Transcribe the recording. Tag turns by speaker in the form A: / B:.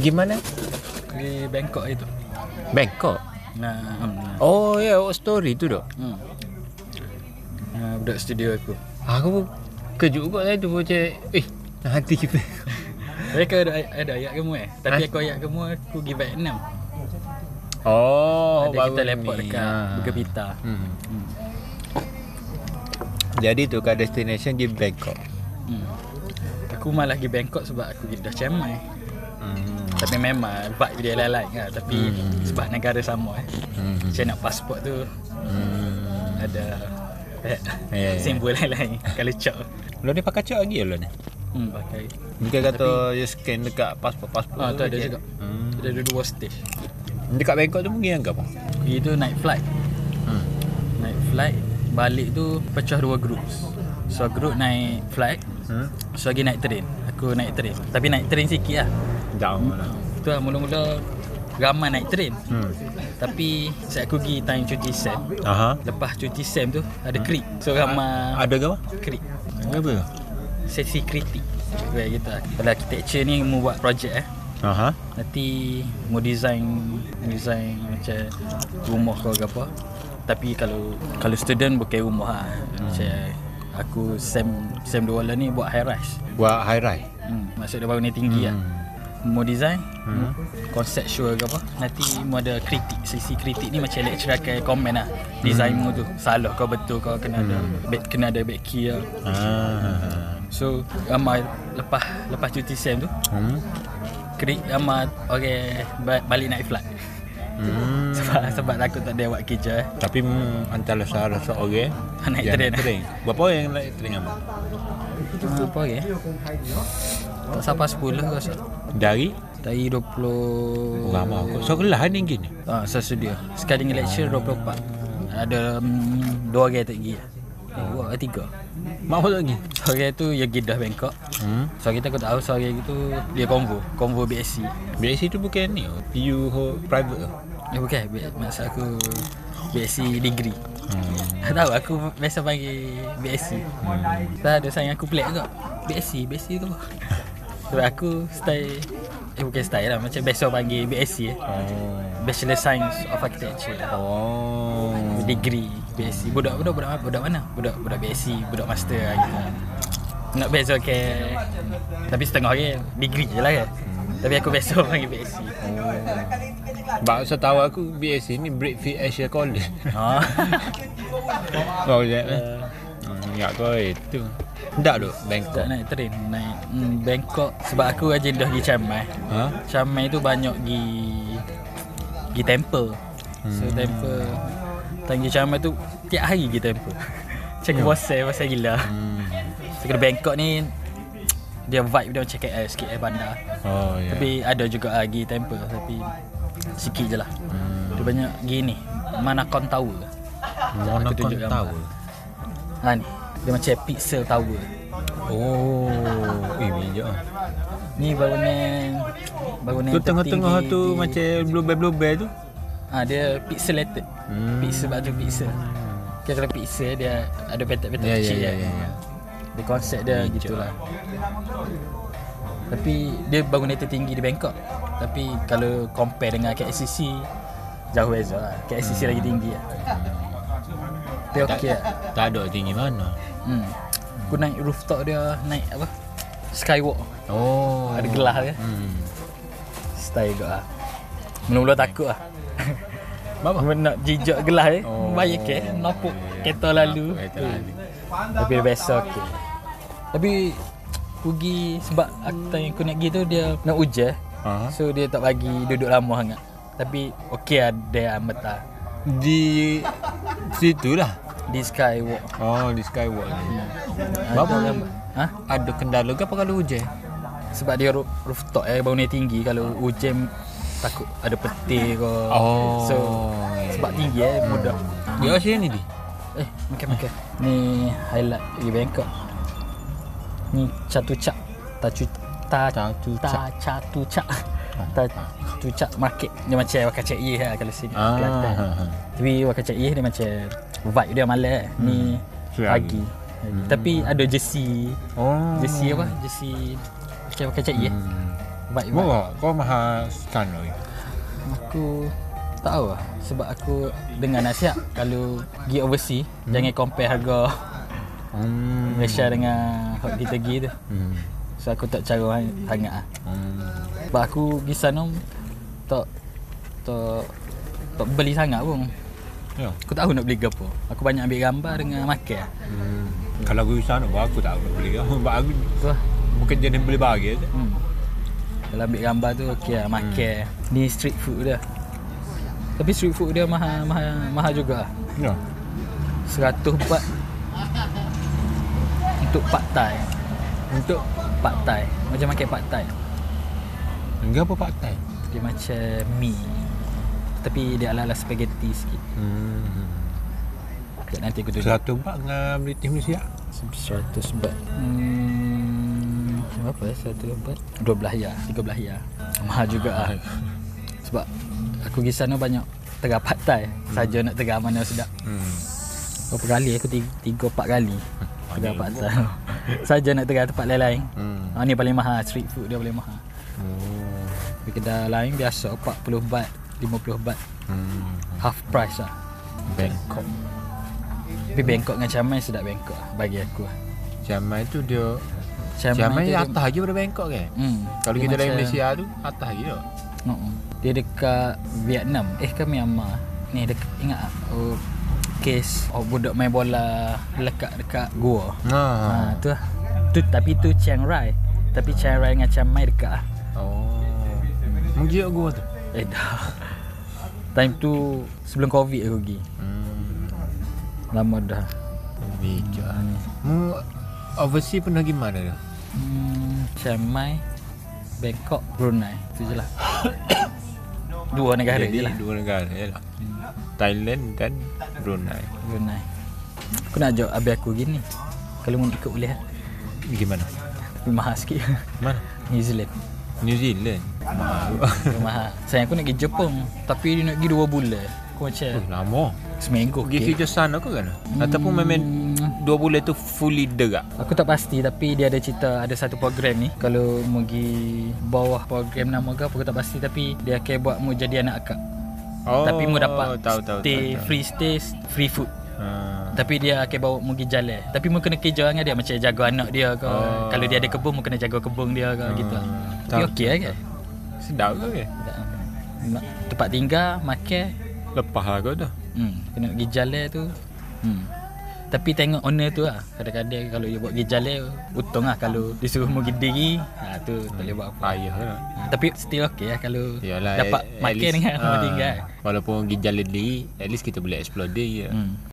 A: Gimana?
B: Di Bangkok itu.
A: Bangkok.
B: Nah, hmm. nah.
A: Oh ya, yeah, story tu dok.
B: Hmm. Nah, budak studio aku.
A: Aku kejut kot saya tu macam eh nak hati kita.
B: Mereka ada, ada ayat kamu eh. Tapi
A: Ha?
B: aku ayat kamu aku pergi Vietnam.
A: Oh,
B: ada
A: baru
B: kita lepak
A: ni.
B: dekat
A: Ha.
B: Bukit Pita.
A: Hmm. Jadi tu kat destination di Bangkok.
B: Hmm. Aku malah pergi Bangkok sebab aku pergi dah Chiang Mai.
A: Hmm.
B: Tapi memang vibe dia lain-lain lah. Tapi
A: Hmm.
B: sebab negara sama eh.
A: Hmm.
B: Saya nak pasport tu
A: Hmm.
B: ada eh,
A: Ya, ya.
B: simbol lain-lain kalau cak.
A: Lo ni pakai cak lagi lo ni.
B: Hmm pakai.
A: Dia kata you scan dekat pasport-pasport.
B: Ah tu ada
A: je.
B: juga.
A: Hmm.
B: Ada dua stage.
A: Dekat Bangkok tu pergi yang apa?
B: Pergi tu night flight.
A: Hmm.
B: Naik flight Balik tu pecah dua group So group naik flight
A: Hmm.
B: So lagi naik train Aku naik train Tapi naik train sikit lah
A: Jauh mana.
B: Tu lah mula-mula Ramai naik train
A: Hmm.
B: Tapi Saya aku pergi time cuti SEM
A: Aha.
B: Lepas cuti SEM tu Ada krik So ramai
A: Ada ke apa?
B: Krik
A: Ah. Apa?
B: Sesi kritik Where kita Kalau architecture ni Mu buat projek eh
A: Aha.
B: Nanti mau design design macam rumah kau ke apa. Tapi kalau kalau student bukan rumah ha. Macam aku Sam Sam Dewala lah ni buat high rise.
A: Buat high rise.
B: Hmm, maksud dia bangunan tinggi ah. Hmm. Mau design hmm. Conceptual ke apa Nanti mu ada kritik Sisi kritik ni macam lecturer akan komen lah Design mu tu Salah kau betul kau Kena ada back, Kena ada back key lah
A: Ah.
B: So ramai Lepas Lepas cuti SEM tu
A: Hmm.
B: Krik ramai Orang ba- Balik naik flight
A: Hmm.
B: Sebab sebab takut tak ada buat kerja eh.
A: Tapi hmm, antara salah seorang
B: Naik
A: yang
B: train.
A: Berapa orang yang naik train apa?
B: Apa ke? Tak sampai 10 ke rasa.
A: Dari
B: Dari 20
A: orang apa? aku. So kelah ni gini.
B: Ah, saya sedia. Sekali dengan lecture 24. Ada mm, dua orang tak pergi. Eh, dua ke tiga.
A: Mak apa lagi?
B: Seorang tu yang pergi dah Bangkok.
A: Hmm.
B: So kita aku tak tahu seorang itu dia konvo, konvo BSc.
A: BSC tu bukan ni. PU ho- private ke?
B: Eh bukan, B- maksud aku BSc degree.
A: Hmm.
B: Tak tahu aku biasa panggil BSC. Hmm. Tak ada sayang aku pelik juga. BSC, BSC tu apa? Sebab aku style eh bukan style lah macam biasa panggil BSC eh. Bachelor Science of Architecture.
A: Oh. Oh.
B: Degree BSc. Budak-budak budak apa? Budak mana? Budak budak BSc, budak master lah gitu. Nak beza ke Tapi setengah orang Degree je lah kan Tapi aku biasa panggil BSc
A: Sebab setahu aku BSC ni Breakfast Asia College.
B: oh.
A: oh, ya. Hmm, ya kau itu. Tak duk
B: Tak
A: Bangkok.
B: naik train Naik hmm, Bangkok Sebab aku rajin dah pergi Chiang Mai
A: Ha?
B: Chiang Mai tu banyak gi gi temple. So temple tanggi Chiang Mai tu tiap hari gi temple. Macam yeah. bosan pasal gila.
A: Hmm.
B: So kalau Bangkok ni dia vibe dia macam KL sikit eh bandar.
A: Oh, ya.
B: Yeah. Tapi ada juga ah, gi temple tapi sikit je lah. Hmm. Dia banyak gi ni. Manakon Tower.
A: mana
B: Aku
A: kau
B: tunjuk gambar.
A: tahu?
B: Ha ni. Dia macam pixel tower.
A: Oh, eh bijak. ah.
B: Ni bangunan bangunan
A: Tu tengah-tengah
B: tertinggi
A: tu
B: di-
A: macam bluebell-bluebell tu.
B: Ah dia pixelated.
A: Hmm.
B: Hmm. Pixel batu pixel. Okay, kalau pixel dia ada petak-petak
A: Ya, ya,
B: kecil
A: ya,
B: kan.
A: ya, ya.
B: Dia konsep dia gitulah. Tapi dia bangunan tertinggi di Bangkok. Tapi kalau compare dengan KLCC jauh beza lah. KLCC hmm. lagi tinggi lah. Tapi okey lah.
A: Tak ada tinggi mana.
B: Hmm. Aku naik rooftop dia naik apa? Skywalk.
A: Oh.
B: Ada ya? gelas dia.
A: Hmm.
B: Style juga lah. Mula-mula takut lah.
A: Bapa.
B: Abang nak jijak gelas eh.
A: Oh. Ya,
B: Oh. Bayar ke nampak kereta lalu.
A: Nampak kereta lalu.
B: Eh. Tapi dia biasa okey. Tapi pergi sebab aku tanya aku nak pergi tu dia nak hujan.
A: Ha.
B: So dia tak bagi duduk lama sangat. Tapi okey ada amat lah.
A: Di situ lah.
B: Di Skywalk.
A: Oh, di Skywalk.
B: Ada
A: Berapa?
B: amat. Ha?
A: Ada kendala ke apa kalau hujan?
B: Sebab dia roof- rooftop eh bangunan tinggi kalau hujan takut ada petir ke.
A: Oh.
B: So sebab tinggi eh budak.
A: Dia asyik ni di.
B: Eh, makan makan. Ni highlight di Bangkok. Ni catucak. Tacu ta
A: Chatuchak.
B: ta catucak. Ta catucak market. Dia macam wakan cek yeh lah kalau sini.
A: Ah.
B: Kelantan. Tapi wakan cek yeh dia macam vibe dia malam. eh. Ni
A: Siang.
B: pagi. Tapi ada jersey.
A: Oh.
B: Jersey apa? Jersey macam wakan cek yeh.
A: Hmm.
B: Vibe vibe
A: Murah Kau mahal sekarang ni
B: Aku tak tahu lah Sebab aku dengar nasihat Kalau pergi overseas hmm. Jangan compare harga
A: Hmm
B: Malaysia dengan hak kita pergi tu
A: Hmm
B: So aku tak cara hang- sangat lah
A: Hmm
B: Sebab aku pergi sana Tak Tak Tak beli sangat pun
A: Ya
B: Aku tahu nak beli gapo Aku banyak ambil gambar dengan makan lah
A: Hmm. Kalau aku sana pun aku tak boleh beli Sebab aku
B: Tu lah
A: bukan jenis beli barang je.
B: hmm. Kalau ambil gambar tu okey lah makan hmm. Ni street food dia Tapi street food dia mahal mahal, mahal juga lah
A: Ya.
B: 100 bat Untuk pad thai
A: Untuk
B: Pad thai Macam makan pad thai
A: Enggak apa part time.
B: Dia macam mie Tapi dia ala-ala spaghetti sikit
A: Hmm.
B: Sekejap nanti aku tunjuk
A: Satu bak dengan lah. beli tim Malaysia.
B: 100 bat Hmm Berapa ya 100 bat 12 ya 13 ya Mahal juga lah Sebab Aku pergi sana banyak Tegak pad thai Saja nak tegak mana sedap
A: Hmm.
B: Berapa kali aku tiga, tiga empat kali Tegak
A: banyak
B: pad thai Saja nak tegak tempat lain-lain
A: Hmm.
B: Ah, ni paling mahal street food dia paling mahal.
A: Oh.
B: Di kedai lain biasa 40 baht, 50 baht,
A: Hmm.
B: half price lah.
A: Bangkok.
B: Tapi Bangkok dengan Chiang Mai sedap Bangkok lah, bagi aku lah.
A: Chiang Mai tu dia Chiang Mai
B: tu dia-
A: atas lagi daripada Bangkok kan?
B: Hmm,
A: Kalau
B: dia
A: kita dari
B: macam-
A: Malaysia tu atas lagi dah.
B: No, dia dekat Vietnam. Eh ke Myanmar. Ni dekat ingat tak? oh, kes oh, budak main bola lekat dekat gua.
A: Nah.
B: Ha, tu lah. Tu tapi tu Chiang Rai. Tapi Chiang Rai dengan Chiang Mai dekat lah.
A: Oh. Mungkin gua tu.
B: Eh dah. Time tu sebelum Covid aku pergi.
A: Hmm.
B: Lama dah.
A: Bijak ni. Mu overseas pernah pergi mana tu?
B: Hmm, Chiang Mai, Bangkok, Brunei. Itu je lah. Dua negara
A: Jadi
B: je lah.
A: dua negara je lah. Thailand dan Brunei.
B: Brunei. Aku nak ajak abang aku gini. Kalau mau ikut boleh lah.
A: Gimana?
B: Tapi mahal sikit.
A: Mana?
B: New Zealand.
A: New Zealand. Mahal.
B: Tapi mahal. Sayang aku nak pergi Jepun. Tapi dia nak pergi dua bulan. Aku macam
A: Oh, lama.
B: seminggu.
A: Pergi
B: Okay.
A: kerja sana ke kan? Ataupun memang dua bulan tu fully derak.
B: Aku tak pasti tapi dia ada cerita ada satu program ni kalau mau pergi bawah program nama ke apa aku tak pasti tapi dia akan buat mu jadi anak akak. Oh, tapi mu dapat
A: tahu tahu. tahu,
B: stay
A: tahu.
B: free stay free food.
A: Ha.
B: Tapi dia akan bawa pergi jalan Tapi mu kena kerja dengan dia Macam jaga anak dia ke
A: Ah.
B: Kalau dia ada kebun Mu kena jaga kebun dia ke
A: Ah,
B: gitu Tapi
A: tahu,
B: okey lah kan
A: Sedap ke ke?
B: Ma- Tempat tinggal Makan
A: Lepas lah kau tu.
B: hmm. Kena pergi jalan tu hmm. Tapi tengok owner tu lah Kadang-kadang kalau dia buat pergi jalan Untung lah kalau Disuruh mu pergi diri ha, Tu tak boleh buat apa
A: Payah lah.
B: ha, Tapi still okey lah kalau
A: Yalah,
B: Dapat
A: at- at
B: makan
A: least-
B: dengan rumah
A: ah,
B: tinggal
A: Walaupun pergi jalan diri, at least kita boleh explore dia. ya.
B: hmm.